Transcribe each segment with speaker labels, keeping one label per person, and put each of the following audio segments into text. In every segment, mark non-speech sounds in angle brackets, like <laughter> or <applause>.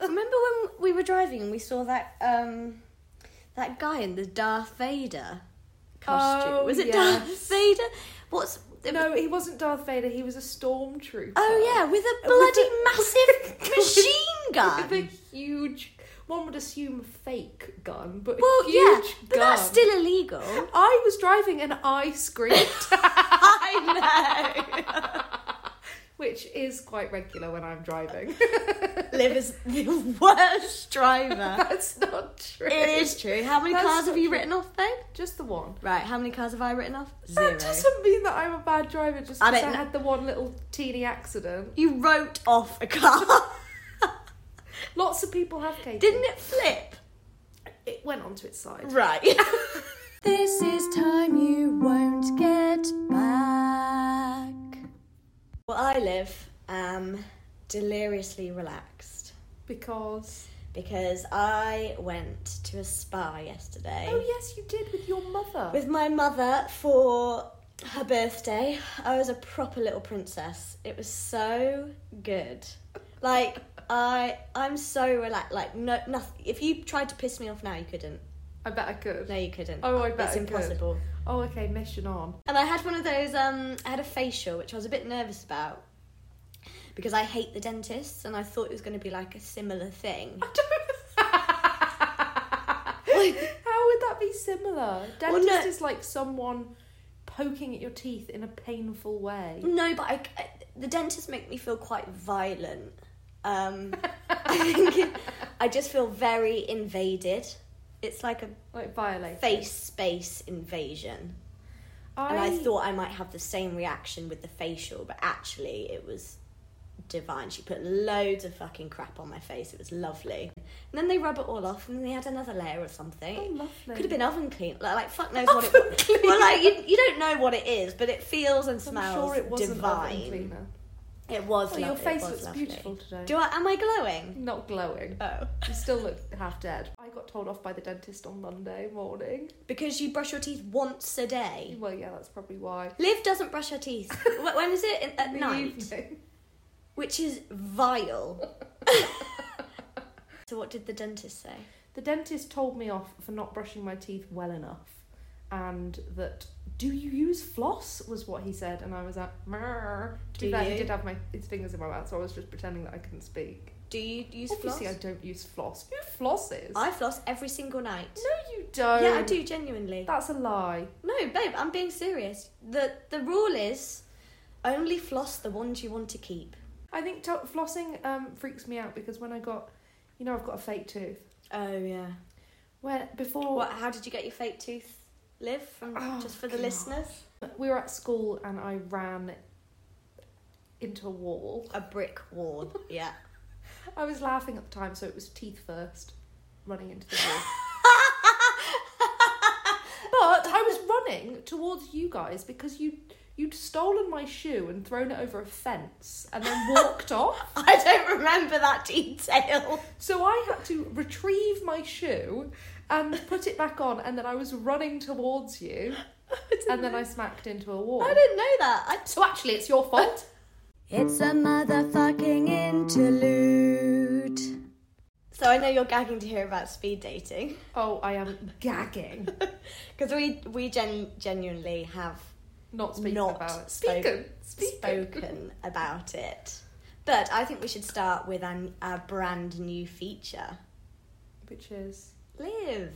Speaker 1: Remember when we were driving and we saw that um, that guy in the Darth Vader costume?
Speaker 2: Oh,
Speaker 1: was it
Speaker 2: yes.
Speaker 1: Darth Vader? What's it was-
Speaker 2: No, he wasn't Darth Vader. He was a stormtrooper.
Speaker 1: Oh yeah, with a
Speaker 2: With
Speaker 1: bloody
Speaker 2: a-
Speaker 1: <laughs> massive machine gun.
Speaker 2: with a huge, one would assume fake gun, but
Speaker 1: well,
Speaker 2: a
Speaker 1: yeah,
Speaker 2: huge
Speaker 1: but that's
Speaker 2: gun.
Speaker 1: still illegal. <laughs>
Speaker 2: I was driving and I screamed,
Speaker 1: I
Speaker 2: <laughs> which is quite regular when I'm driving.
Speaker 1: Liv
Speaker 2: <laughs>
Speaker 1: is the worst driver.
Speaker 2: That's not
Speaker 1: <laughs>
Speaker 2: true.
Speaker 1: it <laughs> is true. How many
Speaker 2: That's
Speaker 1: cars
Speaker 2: not
Speaker 1: have you
Speaker 2: true.
Speaker 1: written off then?
Speaker 2: just the one.
Speaker 1: Right, how many cars have I written off?
Speaker 2: That doesn't mean that I'm a bad driver just
Speaker 1: I
Speaker 2: because I,
Speaker 1: don't kn-
Speaker 2: had the one little teeny accident.
Speaker 1: You wrote off a car. <laughs>
Speaker 2: Lots of people have Katie.
Speaker 1: Didn't Mm. it flip?
Speaker 2: it went onto its side.
Speaker 1: Right. <laughs> this is time you won't get back. Well, I live um, deliriously relaxed
Speaker 2: Because
Speaker 1: because I went to a spa yesterday
Speaker 2: Oh yes you did with your mother.
Speaker 1: with my mother for her birthday. I was a proper little princess. It was so good. Like I, I'm so relaxed. Like no, nothing. If you tried to piss me off now, you couldn't.
Speaker 2: I bet I could.
Speaker 1: No, you couldn't.
Speaker 2: Oh, I bet
Speaker 1: it's
Speaker 2: I could.
Speaker 1: impossible.
Speaker 2: Oh okay, mission on. <laughs>
Speaker 1: And I had one of those. Um, I had a facial, which I was a bit nervous about because I hate the dentist, and I thought it was going to be like a similar thing.
Speaker 2: I don't How would that be similar?
Speaker 1: Well,
Speaker 2: Dentist
Speaker 1: no-
Speaker 2: is like someone poking at your teeth in a painful way.
Speaker 1: No, but I, I- the dentist make me feel quite violent. Um, I think I just feel very invaded. It's like a
Speaker 2: Like violate.
Speaker 1: face space invasion,
Speaker 2: I,
Speaker 1: and I thought I might have the same reaction with the facial, but actually it was divine. She put loads of fucking crap on my face. It was lovely. And then they rub it all off, and then they add another layer of something.
Speaker 2: Oh, lovely.
Speaker 1: Could have been oven clean. Like, like fuck knows what
Speaker 2: Oven
Speaker 1: it.
Speaker 2: cleaner.
Speaker 1: <laughs> Well, like you, you don't know what it is, but it feels and
Speaker 2: I'm
Speaker 1: smells
Speaker 2: sure it wasn't
Speaker 1: divine.
Speaker 2: oven cleaner.
Speaker 1: It was.
Speaker 2: Oh, your
Speaker 1: lovely, it
Speaker 2: face
Speaker 1: was
Speaker 2: looks
Speaker 1: lovely.
Speaker 2: beautiful today.
Speaker 1: Do I? Am I glowing?
Speaker 2: Not glowing.
Speaker 1: Oh,
Speaker 2: You still look half dead. I got told off by the dentist on Monday morning.
Speaker 1: because you brush your teeth once a day.
Speaker 2: Well, yeah, that's probably why.
Speaker 1: Liv doesn't brush her teeth. Wh- when is it? In- At
Speaker 2: In the
Speaker 1: night,
Speaker 2: evening.
Speaker 1: which is vile. <laughs> so what did the dentist say?
Speaker 2: The dentist told me off for not brushing my teeth well enough, and that do you use floss was what he said, and I was like, Mrr. to be
Speaker 1: Do
Speaker 2: fair,
Speaker 1: you?
Speaker 2: he did have my his fingers in my mouth, so I was just pretending that I couldn't speak.
Speaker 1: Do you use
Speaker 2: Obviously,
Speaker 1: floss?
Speaker 2: I don't use floss. Who flosses?
Speaker 1: I floss every single night.
Speaker 2: no, you don't.
Speaker 1: yeah, I do genuinely.
Speaker 2: That's a lie.
Speaker 1: No, babe, I'm being serious. the The rule is only floss the ones you want to keep.
Speaker 2: I think to- flossing um, freaks me out because when I got, you know, I've got a fake tooth.
Speaker 1: Oh yeah.
Speaker 2: Where before
Speaker 1: What? How did you get your fake tooth, Liv? From
Speaker 2: Oh,
Speaker 1: just for the
Speaker 2: God.
Speaker 1: listeners.
Speaker 2: we were at school and I ran into a wall.
Speaker 1: A brick wall. Yeah.
Speaker 2: I was laughing at the time, so it was teeth first, running into the
Speaker 1: <laughs>
Speaker 2: wall. but I was running towards you guys because you you'd stolen my shoe and thrown it over a fence and then
Speaker 1: <laughs>
Speaker 2: walked off.
Speaker 1: <laughs> I don't remember that <laughs> detail.
Speaker 2: So I had to retrieve my shoe and put it back on, and then I was running towards you, and then I smacked into a wall.
Speaker 1: I didn't <laughs> know that. I...
Speaker 2: So actually, it's your fault.
Speaker 1: It's a motherfucking interlude. So I know you're gagging to hear about speed dating
Speaker 2: Oh, I am gagging.
Speaker 1: because we we gen- genuinely have
Speaker 2: Not speaking
Speaker 1: not
Speaker 2: about it.
Speaker 1: spoke-
Speaker 2: Speaking. Speaking.
Speaker 1: spoken about it. But I think we should start with an, a brand new feature.
Speaker 2: Which is.
Speaker 1: Live.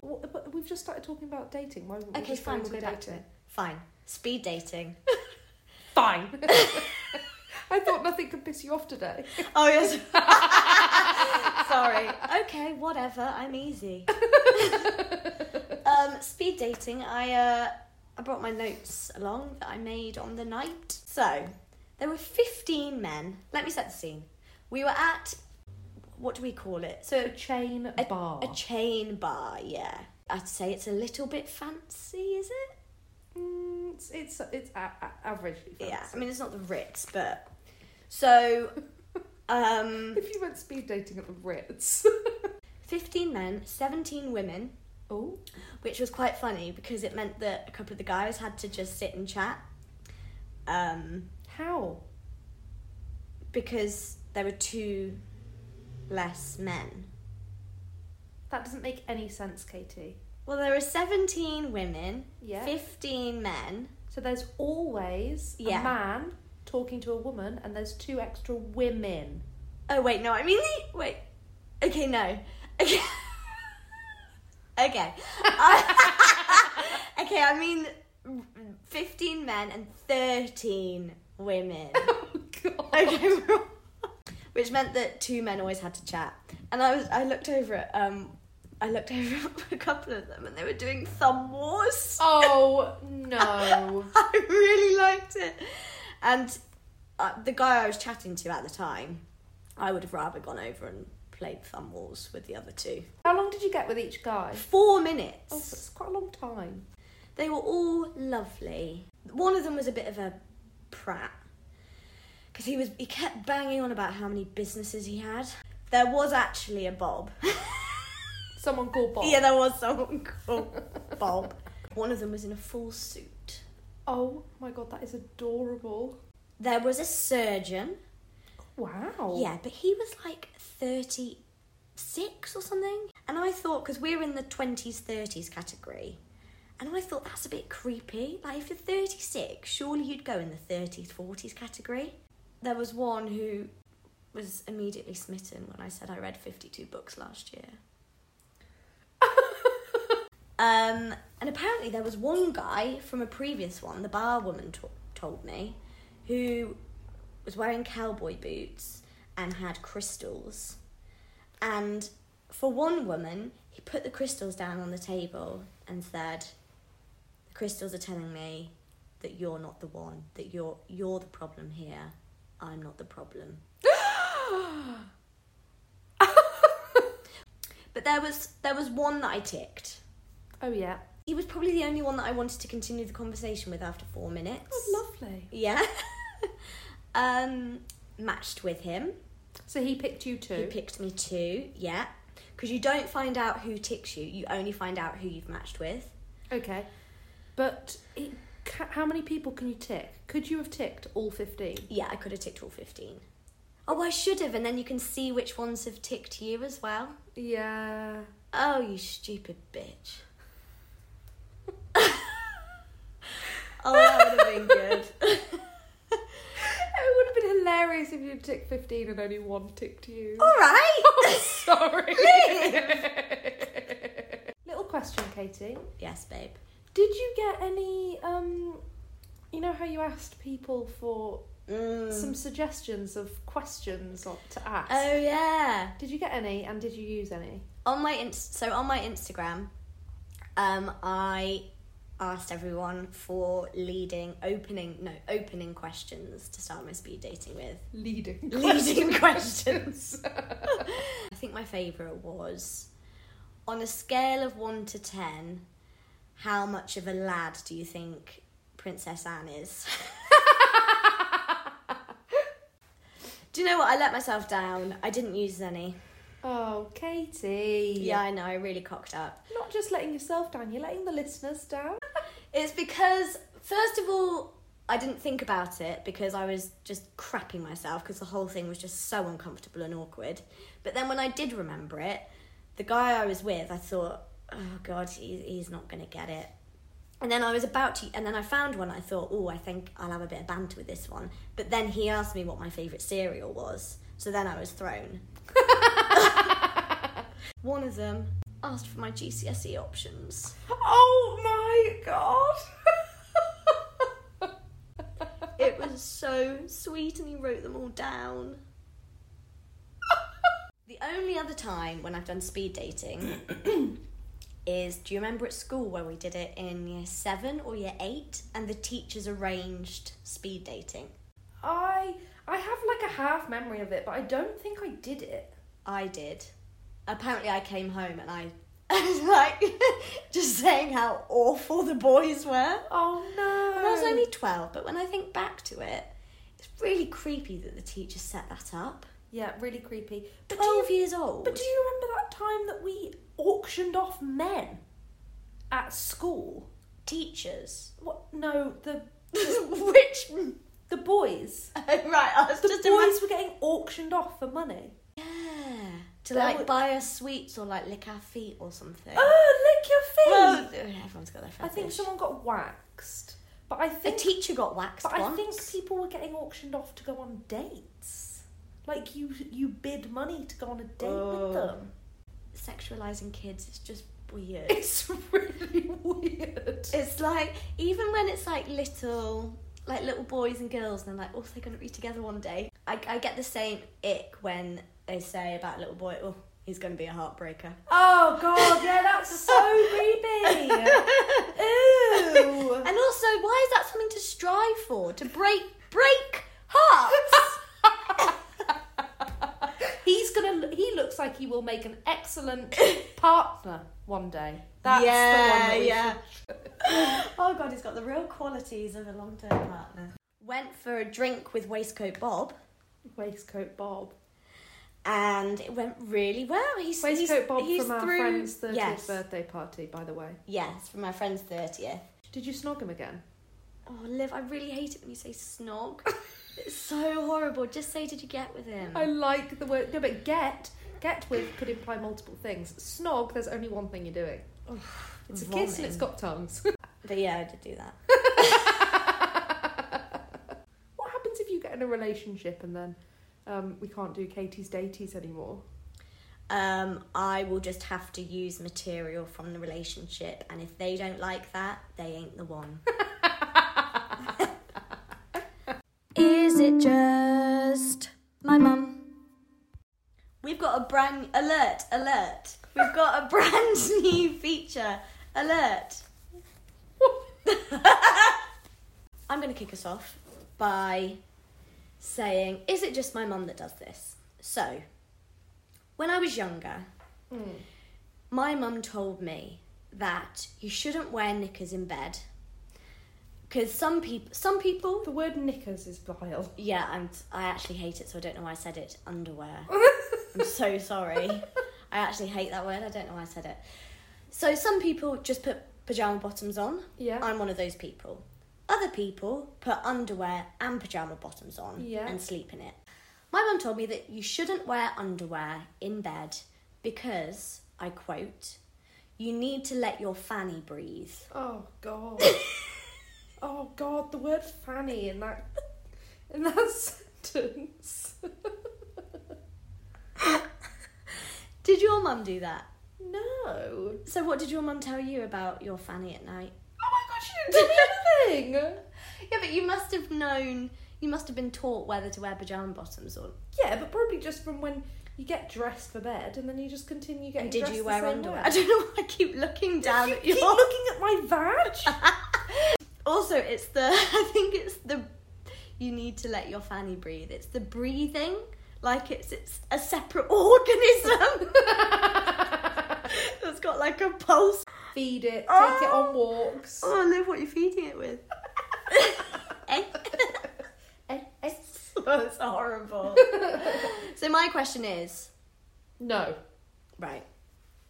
Speaker 2: Well, but we've just started talking about dating. Why wouldn't we
Speaker 1: Okay,
Speaker 2: just
Speaker 1: fine. We'll
Speaker 2: into
Speaker 1: go back to
Speaker 2: dating?
Speaker 1: it. Fine. Speed dating.
Speaker 2: <laughs> Fine. I thought nothing could piss you off today.
Speaker 1: Oh yes.
Speaker 2: <laughs>
Speaker 1: Sorry. Okay, whatever. I'm
Speaker 2: <laughs>
Speaker 1: easy. um, speed dating. I uh, I brought my notes along that I made on the night. So there were fifteen men. Let me set the scene. We were at what do we call it? So
Speaker 2: A chain
Speaker 1: a,
Speaker 2: bar.
Speaker 1: a chain bar. Yeah, I'd say it's a little bit fancy, is it?
Speaker 2: Mm, it's it's, it's a, a, averagely fancy.
Speaker 1: Yeah. I mean, it's not the Ritz, but
Speaker 2: <laughs>
Speaker 1: so um.
Speaker 2: If you went speed dating at the Ritz.
Speaker 1: 15 men, 17 women,
Speaker 2: oh.
Speaker 1: which was quite funny because it meant that a couple of the guys had to just sit and chat um,
Speaker 2: How?
Speaker 1: because there were two less men.
Speaker 2: That doesn't make any sense, Katie.
Speaker 1: Well, there are 17 women,
Speaker 2: Yeah.
Speaker 1: 15 men.
Speaker 2: So there's always
Speaker 1: Yeah.
Speaker 2: a man talking to a woman, and there's two extra women.
Speaker 1: Oh, wait, no, I mean, the- wait. Okay, no. Okay. <laughs> okay. <laughs> I- okay, I mean 15 men and 13 women.
Speaker 2: Oh god.
Speaker 1: Okay, which meant that two men always had to chat. And I was I looked over at um I looked <laughs> over at a couple of them and they were doing thumb wars.
Speaker 2: Oh no.
Speaker 1: <laughs>
Speaker 2: <laughs>
Speaker 1: I really liked it. And uh, the guy I was chatting to at the time, I would have rather gone over and played thumb wars with the other two.
Speaker 2: How long did you get with each guy?
Speaker 1: Four
Speaker 2: Oh,
Speaker 1: minutes.
Speaker 2: it's quite a long time.
Speaker 1: They were all lovely. One of them was a bit of a prat because he was he kept banging on about how many businesses he had. There was actually a Bob.
Speaker 2: Someone called Bob.
Speaker 1: yeah, there was someone called Bob. One of them was in a full suit.
Speaker 2: Oh my god, that is adorable.
Speaker 1: There was a surgeon.
Speaker 2: Wow.
Speaker 1: Yeah, but he was like 36 or something. And I thought, because we're in the 20s, 30s category, and I thought that's a bit creepy. Like, if you're 36, surely you'd go in the 30s, 40s category. There was one who was immediately smitten when I said I read 52 books last year. um, and apparently, there was one guy from a previous one, the bar woman to- told me, who was wearing cowboy boots and had crystals. And for one woman, he put the crystals down on the table and said, "The crystals are telling me that you're not the one. That you're you're the problem here. I'm not the problem." but there was there was one that I ticked.
Speaker 2: Oh yeah.
Speaker 1: He was probably the only one that I wanted to continue the conversation with after four minutes.
Speaker 2: Oh, lovely.
Speaker 1: Yeah. <laughs> um, matched with him.
Speaker 2: So he picked you
Speaker 1: He
Speaker 2: two.
Speaker 1: picked me too. Yeah. Because you don't find out who ticks you. You only find out who you've matched with.
Speaker 2: okay. But it, ca- how many people can you tick? Could you have ticked all 15?
Speaker 1: Yeah, I could have ticked all fifteen. Oh, I should have, and then you can see which ones have ticked you as well.
Speaker 2: Yeah.
Speaker 1: Oh, you stupid bitch. <laughs> oh, that would have been good.
Speaker 2: It would have been hilarious if you'd ticked 15 and only one ticked you.
Speaker 1: <laughs> All right. <laughs>
Speaker 2: Sorry. <laughs> Little question, Katie.
Speaker 1: yes, babe.
Speaker 2: Did you get any, um, you know how you asked people for
Speaker 1: Mm.
Speaker 2: some suggestions of questions or, to ask?
Speaker 1: Oh yeah.
Speaker 2: Did you get any and did you use any?
Speaker 1: on my inst- so on my Instagram, um, I asked everyone for leading opening no opening questions to start my speed dating with.
Speaker 2: Leading.
Speaker 1: Leading questions. <laughs> I think my favourite was on a scale of one to ten, how much of a lad do you think Princess Anne is? do you know what? I let myself down. I didn't use any.
Speaker 2: Oh, Katie.
Speaker 1: Yeah, I know. I really cocked up.
Speaker 2: Not just letting yourself down, you're letting the listeners down.
Speaker 1: It's because, first of all, I didn't think about it because I was just crapping myself because the whole thing was just so uncomfortable and awkward. But then when I did remember it, the guy I was with, I thought, oh God, he, he's not going to get it. And then I was about to, and then I found one. I thought, oh, I think I'll have a bit of banter with this one. But then he asked me what my favourite cereal was. So then I was thrown. <laughs> one of them asked for my GCSE E options.
Speaker 2: Oh my god.
Speaker 1: It was so sweet, and he wrote them all down. <laughs> the only other time when I've done speed dating <coughs> is do you remember at school when we did it in year seven or year eight, and the teachers arranged speed dating?
Speaker 2: <laughs> I I have like a half memory of it, but I don't think I did it.
Speaker 1: I did. Apparently, I came home and I. <laughs> I was like, <laughs> just saying how awful the boys were.
Speaker 2: Oh no.
Speaker 1: When I was only 12, but when I think back to it, it's really creepy that the teachers set that up.
Speaker 2: Yeah, really creepy. But do,
Speaker 1: 12
Speaker 2: you,
Speaker 1: years old.
Speaker 2: but do you remember that time that we auctioned off men at school? <laughs>
Speaker 1: teachers. <laughs>
Speaker 2: What no, the
Speaker 1: Which
Speaker 2: the boys.
Speaker 1: right, I was
Speaker 2: The
Speaker 1: just
Speaker 2: boys were getting auctioned off for money.
Speaker 1: imagin- to
Speaker 2: That
Speaker 1: like
Speaker 2: would-
Speaker 1: buy us sweets or like lick our feet or something.
Speaker 2: Oh, lick your feet.
Speaker 1: <laughs> Well, everyone's got their
Speaker 2: I
Speaker 1: fetish.
Speaker 2: think someone got waxed, but I
Speaker 1: A
Speaker 2: think
Speaker 1: teacher got waxed
Speaker 2: but I
Speaker 1: once.
Speaker 2: think people were getting auctioned off to go on dates. Like you, you bid money to go on a date
Speaker 1: Oh.
Speaker 2: with them. <laughs>
Speaker 1: Sexualizing kids is just weird. <laughs>
Speaker 2: It's really weird.
Speaker 1: It's like even when it's like little, like little boys and girls, and they're like, "Oh, they're gonna be together one day." I, I get the same ick when they say about little boy, "Oh, he's gonna be a heartbreaker."
Speaker 2: Oh god, yeah, that's so
Speaker 1: <laughs>
Speaker 2: creepy. Ew.
Speaker 1: And also, why is that something to strive for? To break break <laughs> hearts?
Speaker 2: He's gonna. He looks like he will make an excellent
Speaker 1: <laughs>
Speaker 2: partner one day. That's the one
Speaker 1: yeah,
Speaker 2: that we
Speaker 1: yeah. <laughs> oh god, he's got the real qualities of a long term partner. Went for a drink with Waistcoat Bob,
Speaker 2: should- Waistcoat Bob.
Speaker 1: and it went really well. He's
Speaker 2: Waistcoat
Speaker 1: he's,
Speaker 2: Bob
Speaker 1: he's
Speaker 2: from our
Speaker 1: through-
Speaker 2: friend's thirtieth
Speaker 1: yes,
Speaker 2: birthday party, by the way.
Speaker 1: Yes, from our friend's thirtieth.
Speaker 2: Did you snog him again?
Speaker 1: Oh, Liv, I really hate it when you say snog. <laughs> it's so horrible. Just say, did you get with him?
Speaker 2: I like the word. No, but get get with could imply multiple things. Snog, there's only one thing you're doing. It's a kiss and it's
Speaker 1: Vomiting.
Speaker 2: got tongues. <laughs>
Speaker 1: But yeah, I did do that.
Speaker 2: what happens if you get in a relationship and then um, we can't do Katie's daties anymore?
Speaker 1: Um, I will just have to use material from the relationship, and if they don't like that, they ain't the one. Is it just my mum? We've got a brand alert, alert. We've got a <laughs> brand new feature, alert. <laughs> I'm going to kick us off by saying, is it just my mum that does this? So, when I was younger, my mum told me that you shouldn't wear knickers in bed because some people, some people,
Speaker 2: The word knickers is vile.
Speaker 1: yeah, I'm, I actually hate it, so I don't know why I said it. <laughs> Underwear. I'm so sorry. I actually hate that word. I don't know why I said it. So some people just put pajama bottoms on.
Speaker 2: Yeah.
Speaker 1: I'm one of those people. Other people put underwear and pajama bottoms on
Speaker 2: Yeah.
Speaker 1: and sleep in it. My mum told me that you shouldn't wear underwear in bed because, I quote, you need to let your fanny breathe.
Speaker 2: Oh <laughs> god. oh god, the word fanny in that in that <laughs> sentence.
Speaker 1: Did your mum do that?
Speaker 2: No. Oh
Speaker 1: So, what did your mum tell you about your fanny at night?
Speaker 2: my god, she didn't <laughs> do anything.
Speaker 1: Yeah, but you must have known, you must have been taught whether to wear pajama bottoms or.
Speaker 2: yeah, but probably just from when you get dressed for bed and then you just continue getting
Speaker 1: And did
Speaker 2: dressed
Speaker 1: you
Speaker 2: the
Speaker 1: wear
Speaker 2: same
Speaker 1: underwear?
Speaker 2: way.
Speaker 1: <laughs>
Speaker 2: <laughs>
Speaker 1: I don't know why I keep looking down
Speaker 2: you
Speaker 1: at
Speaker 2: keep
Speaker 1: your.
Speaker 2: looking at my vag.
Speaker 1: <laughs> Also, it's the, <laughs> I think it's the, you need to let your fanny breathe. It's the breathing, like it's it's a separate <laughs> organism <laughs> that's got like a pulse.
Speaker 2: Feed it, take it
Speaker 1: Oh.
Speaker 2: on walks.
Speaker 1: Oh, I love what you're feeding it
Speaker 2: <laughs>
Speaker 1: with. Eh?
Speaker 2: Eh,
Speaker 1: <laughs>
Speaker 2: eh.
Speaker 1: That's Oh,
Speaker 2: <laughs>
Speaker 1: horrible. so my question is,
Speaker 2: No.
Speaker 1: right,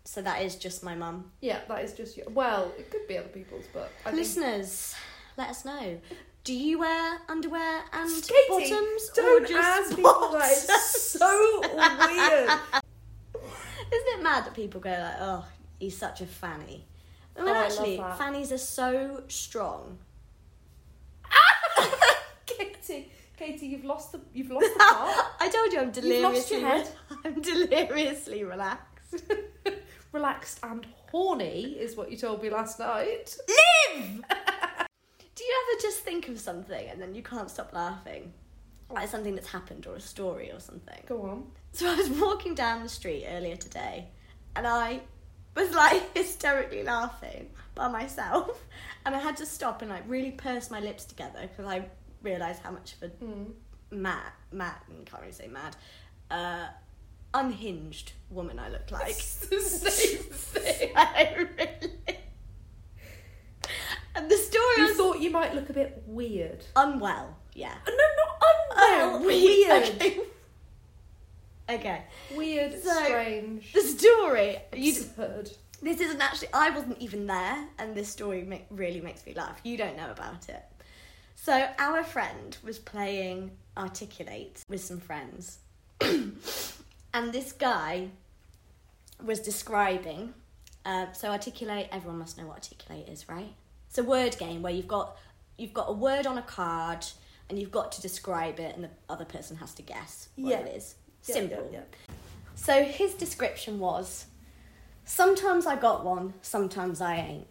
Speaker 1: so that is just my mum.
Speaker 2: Yeah, that is just you. Well, it could be other people's, but I think-
Speaker 1: Listeners, let us know. Do you wear underwear and
Speaker 2: Katie,
Speaker 1: bottoms
Speaker 2: Don't
Speaker 1: or just
Speaker 2: ask people that.
Speaker 1: bottoms?
Speaker 2: It's so weird.
Speaker 1: <laughs> Isn't it mad that people go like, "Oh, he's such a fanny," and when
Speaker 2: Oh, I love
Speaker 1: actually
Speaker 2: that.
Speaker 1: fannies are so strong.
Speaker 2: Katie, Katie, you've lost the
Speaker 1: <laughs>
Speaker 2: you've lost the plot.
Speaker 1: I told you I'm deliriously.
Speaker 2: lost your head.
Speaker 1: <laughs> I'm deliriously relaxed.
Speaker 2: <laughs> Relaxed and horny is what you told me
Speaker 1: <laughs>
Speaker 2: last night.
Speaker 1: Live. Do you ever just think of something and then you can't stop laughing, like something that's happened or a story or something?
Speaker 2: Go on.
Speaker 1: So I was walking down the street earlier today and I was like <laughs> hysterically laughing by myself <laughs> and I had to stop and like really purse my lips together because I realised how much of
Speaker 2: Mm.
Speaker 1: a mad, mad, can't really say mad, uh, unhinged woman I look like.
Speaker 2: It's <laughs> the same thing.
Speaker 1: <laughs> I really... And the story
Speaker 2: You
Speaker 1: was
Speaker 2: thought you might look a bit weird.
Speaker 1: unwell, yeah.
Speaker 2: No, not unwell.
Speaker 1: Oh, <laughs>
Speaker 2: weird.
Speaker 1: Okay. okay.
Speaker 2: Weird,
Speaker 1: So-
Speaker 2: strange,
Speaker 1: The story, you,
Speaker 2: absurd.
Speaker 1: This isn't actually. I wasn't even there, and this story ma- really makes me laugh. You don't know about it. So our friend was <coughs> playing Articulate with some friends, and this guy was describing. Um, so articulate, everyone must know what articulate is, right? It's a word game where you've got you've got a word on a card and you've got to describe it, and the other person has to guess what
Speaker 2: Yeah.
Speaker 1: it is.
Speaker 2: Yeah,
Speaker 1: Simple.
Speaker 2: yeah,
Speaker 1: So his description was sometimes I got one, sometimes I ain't.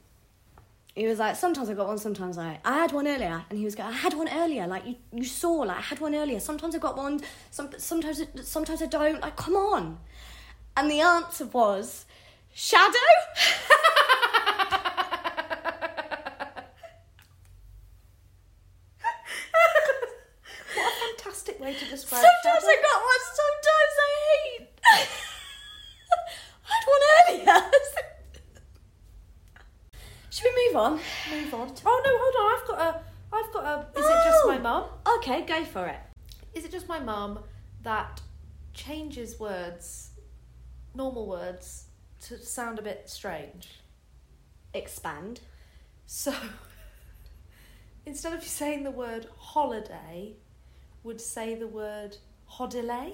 Speaker 1: He was like, sometimes I got one, sometimes I ain't. I had one earlier. And he was going, I had one earlier. Like, you, you saw, like, I had one earlier. Sometimes I got one, some, sometimes, it, sometimes I don't. Like, come on. And the answer was,
Speaker 2: <laughs>
Speaker 1: shadow?
Speaker 2: What a fantastic way to describe
Speaker 1: sometimes
Speaker 2: shadow.
Speaker 1: I got one, sometimes I ain't. <laughs> I had one earlier. <laughs> Should we move on?
Speaker 2: Move on. Oh no, hold on. I've got a. I've got a. Is it just my mum?
Speaker 1: Okay, go for it.
Speaker 2: Is it just my mum that changes words, normal words, to sound a bit strange?
Speaker 1: Expand.
Speaker 2: So <laughs> instead of saying the word holiday, would say the word holiday,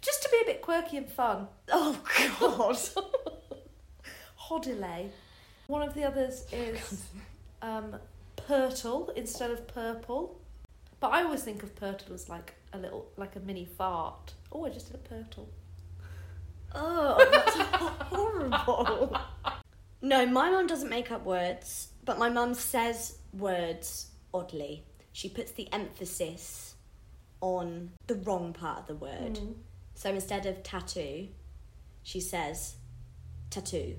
Speaker 2: just to be a bit quirky and fun.
Speaker 1: Oh
Speaker 2: <laughs>
Speaker 1: god.
Speaker 2: Holiday. One of the others is um, purtle instead of purple. But I always think of purtle as like a little, like a mini fart. Oh, I just did a purtle.
Speaker 1: oh, that's horrible. No, my mum doesn't make up words, but my mum says words oddly. She puts the emphasis on the wrong part of the word.
Speaker 2: Mm.
Speaker 1: So instead of tattoo, she says <laughs> tattoo.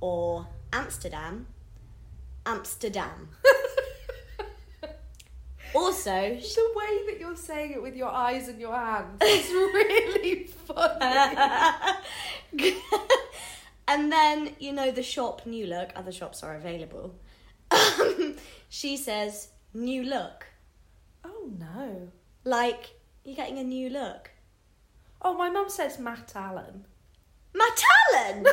Speaker 1: or Amsterdam, Amsterdam. <laughs> also, she
Speaker 2: The way that you're saying it with your eyes and your <laughs> hands is really
Speaker 1: <laughs>
Speaker 2: funny.
Speaker 1: and then you know the shop new look other shops are available <laughs> she says new look
Speaker 2: <laughs> oh no.
Speaker 1: like you're getting a new look
Speaker 2: Oh, my mum says Matt Allen.
Speaker 1: matt allen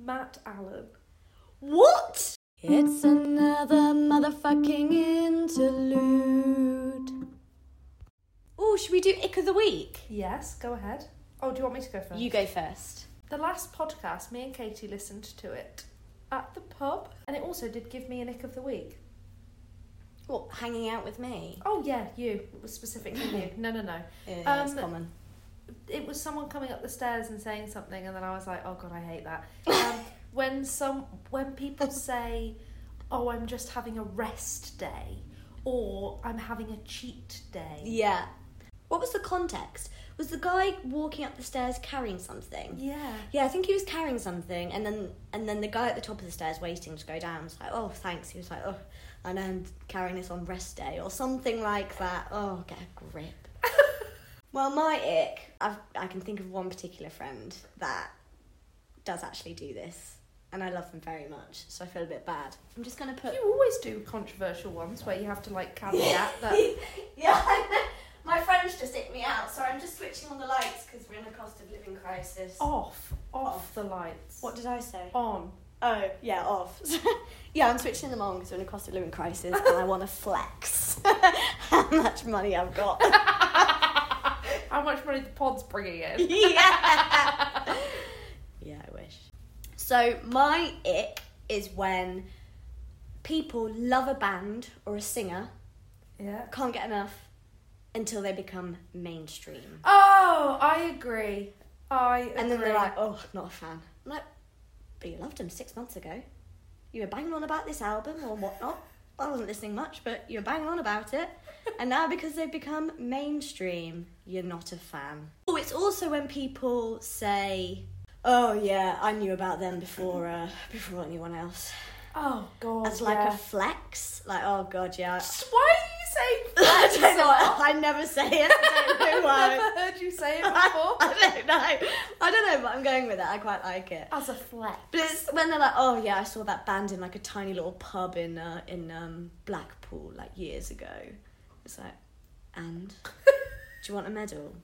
Speaker 2: Matt Allen.
Speaker 1: <laughs> what it's another motherfucking interlude oh should we do ick of the week
Speaker 2: Yes, go ahead. Oh, do you want me to go first?
Speaker 1: you go first
Speaker 2: The last podcast, me and Katie listened to it at the pub, and it also did give me a nick of the week.
Speaker 1: what hanging out with me
Speaker 2: Oh yeah, you It was specifically
Speaker 1: <laughs>
Speaker 2: you. No, no, no.
Speaker 1: yeah,
Speaker 2: Um,
Speaker 1: it's common
Speaker 2: It was someone coming up the stairs and saying something, and then I was like, oh god, I hate that.
Speaker 1: <laughs>
Speaker 2: Um, when some when people say, oh, I'm just having a rest day, or I'm having a cheat day.
Speaker 1: yeah what was the context was the guy walking up the stairs carrying something
Speaker 2: Yeah.
Speaker 1: Yeah, I think he was carrying something, and then and then the guy at the top of the stairs waiting to go down was like, "Oh, thanks." He was like, "Oh, I know I'm carrying this on rest day or something like that." Oh, get a grip. well, my ick, I've, I can think of one particular friend that does actually do this, and I love them very much, so I feel a bit bad. I'm just gonna put.
Speaker 2: You always do controversial ones where you have to like caveat
Speaker 1: <laughs>
Speaker 2: that.
Speaker 1: yeah, my friends just hit me out, so I'm just switching on the lights because we're in a cost of living crisis.
Speaker 2: off, off the lights.
Speaker 1: Oh, What did I say?
Speaker 2: on?
Speaker 1: Oh, yeah, off. <laughs> yeah, I'm switching them on because we're in a cost of living crisis and I want to flex <laughs> how much money I've got. <laughs>
Speaker 2: How much money the pod's
Speaker 1: <laughs>
Speaker 2: bringing in?
Speaker 1: yeah. yeah, I wish. So, my ick is when people love a band or a singer,
Speaker 2: Yeah.
Speaker 1: can't get enough until they become mainstream.
Speaker 2: Oh, I agree. I agree.
Speaker 1: And then they're like, oh, not a fan. I'm like, but you loved them six months ago. You were banging on about this album or whatnot. I wasn't listening much, but you were banging on about it. And now because they've become mainstream, you're not a fan. Oh, it's also when people say, oh yeah, I knew about them before uh, before anyone else.
Speaker 2: oh god.
Speaker 1: As like
Speaker 2: yeah.
Speaker 1: a flex. Like, oh god, yeah.
Speaker 2: Why are you saying?
Speaker 1: <laughs> I
Speaker 2: flex
Speaker 1: don't know.
Speaker 2: a lot?
Speaker 1: I never say it. I don't know
Speaker 2: I've
Speaker 1: why.
Speaker 2: <laughs> never heard you say it
Speaker 1: I,
Speaker 2: before.
Speaker 1: <laughs> I don't know. I don't know, but I'm going with it. I quite like it.
Speaker 2: As a flex.
Speaker 1: But it's when they're like, oh yeah, I saw that band in like a tiny little pub in uh, in um, Blackpool like years ago. It's like, and do you want a medal?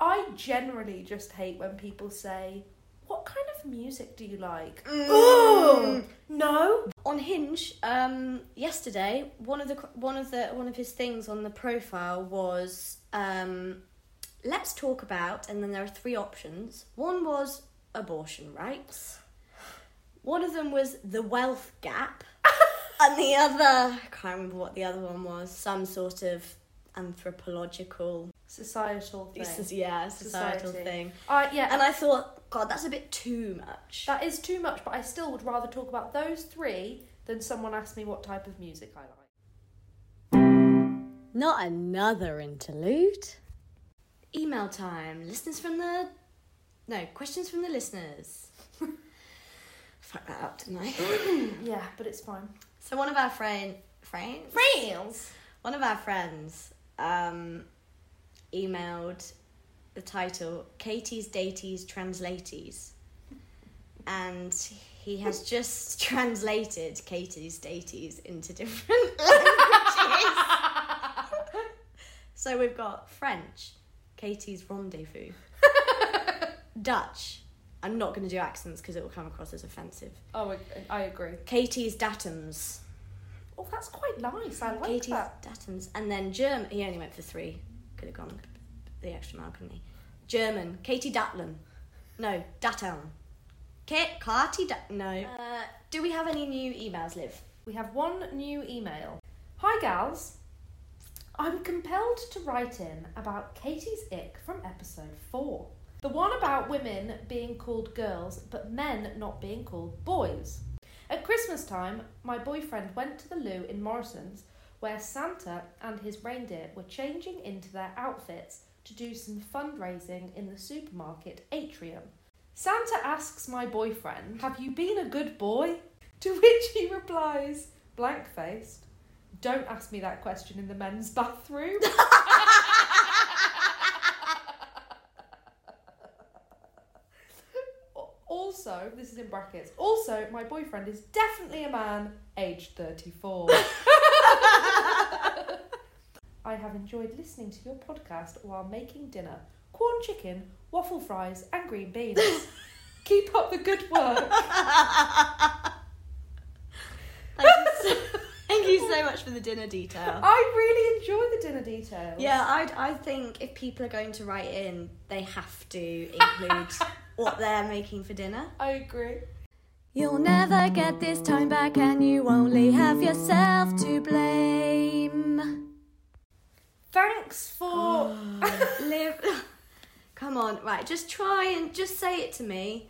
Speaker 2: I generally just hate when people say, "What kind of music do you like?"
Speaker 1: Mm.
Speaker 2: Oh <gasps> no.
Speaker 1: On Hinge, um, yesterday, one of the one of the one of his things on the profile was um, let's talk about, and then there are three options. One was abortion rights, one of them was the wealth
Speaker 2: <laughs>
Speaker 1: gap, and the other, I can't remember what the other one was, some sort of anthropological,
Speaker 2: Societal thing.
Speaker 1: this is, yeah, societal
Speaker 2: Society.
Speaker 1: thing.
Speaker 2: Uh, yeah,
Speaker 1: And I thought, God, that's a bit too much.
Speaker 2: that is too much, but I still would rather talk about those three than someone ask me what type of music I like.
Speaker 1: Not another interlude. Email time. Listeners from the. No, questions from the listeners. <laughs> Fuck that up, didn't <laughs> I?
Speaker 2: Yeah, but it's fine.
Speaker 1: so, one of our friend. Friends?
Speaker 2: Reels.
Speaker 1: One of our friends um, emailed the title Katie's Daties Translaties. And he has just <laughs> translated Katie's Daties into different <laughs> languages. <laughs> So we've got French, Katie's rendezvous, Dutch. I'm not going to do accents because it will come across as offensive.
Speaker 2: Oh, I- I agree.
Speaker 1: Katie's datums,
Speaker 2: Oh, that's quite nice. I like
Speaker 1: Katie's
Speaker 2: that.
Speaker 1: datums, and then German. He only went for three. Could have gone the extra mile, couldn't he? German, Katie Datlum. No, Datum. Kate, Katie Dat. No. Uh, do we have any new emails, Liv?
Speaker 2: We have one new email. Hi, gals. I'm compelled to write in about Katie's ick from episode 4. The one about women being called girls, but men not being called boys. At Christmas time, my boyfriend went to the loo in Morrison's where Santa and his reindeer were changing into their outfits to do some fundraising in the supermarket atrium. Santa asks my boyfriend, Have you been a good boy? <laughs> To which he replies, blank faced, Don't ask me that question in the men's bathroom. <laughs> also, this is in brackets, also, my boyfriend is definitely a man, aged 34. <laughs> I have enjoyed listening to your podcast while making dinner corn chicken, waffle fries, and green beans. Keep up the good work.
Speaker 1: Thank you so, <laughs> thank you so much for the dinner detail.
Speaker 2: I really enjoy the dinner details.
Speaker 1: <laughs> Yeah, I I think if people are going to write in, they have to <laughs> include what they're making for dinner.
Speaker 2: I agree.
Speaker 1: You'll never get this time back, and you only have yourself to blame.
Speaker 2: Thanks for.
Speaker 1: Live. <laughs> Come on, right? Just try and just say it to me,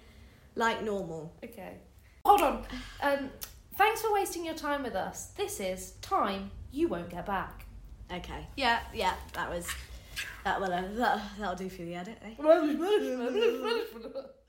Speaker 1: like normal.
Speaker 2: okay. Hold on. Um, thanks for wasting your time with us. This is time you won't get back.
Speaker 1: Okay. Yeah, yeah. That was. That will. Uh, that, that'll do for the edit. Eh?
Speaker 2: I've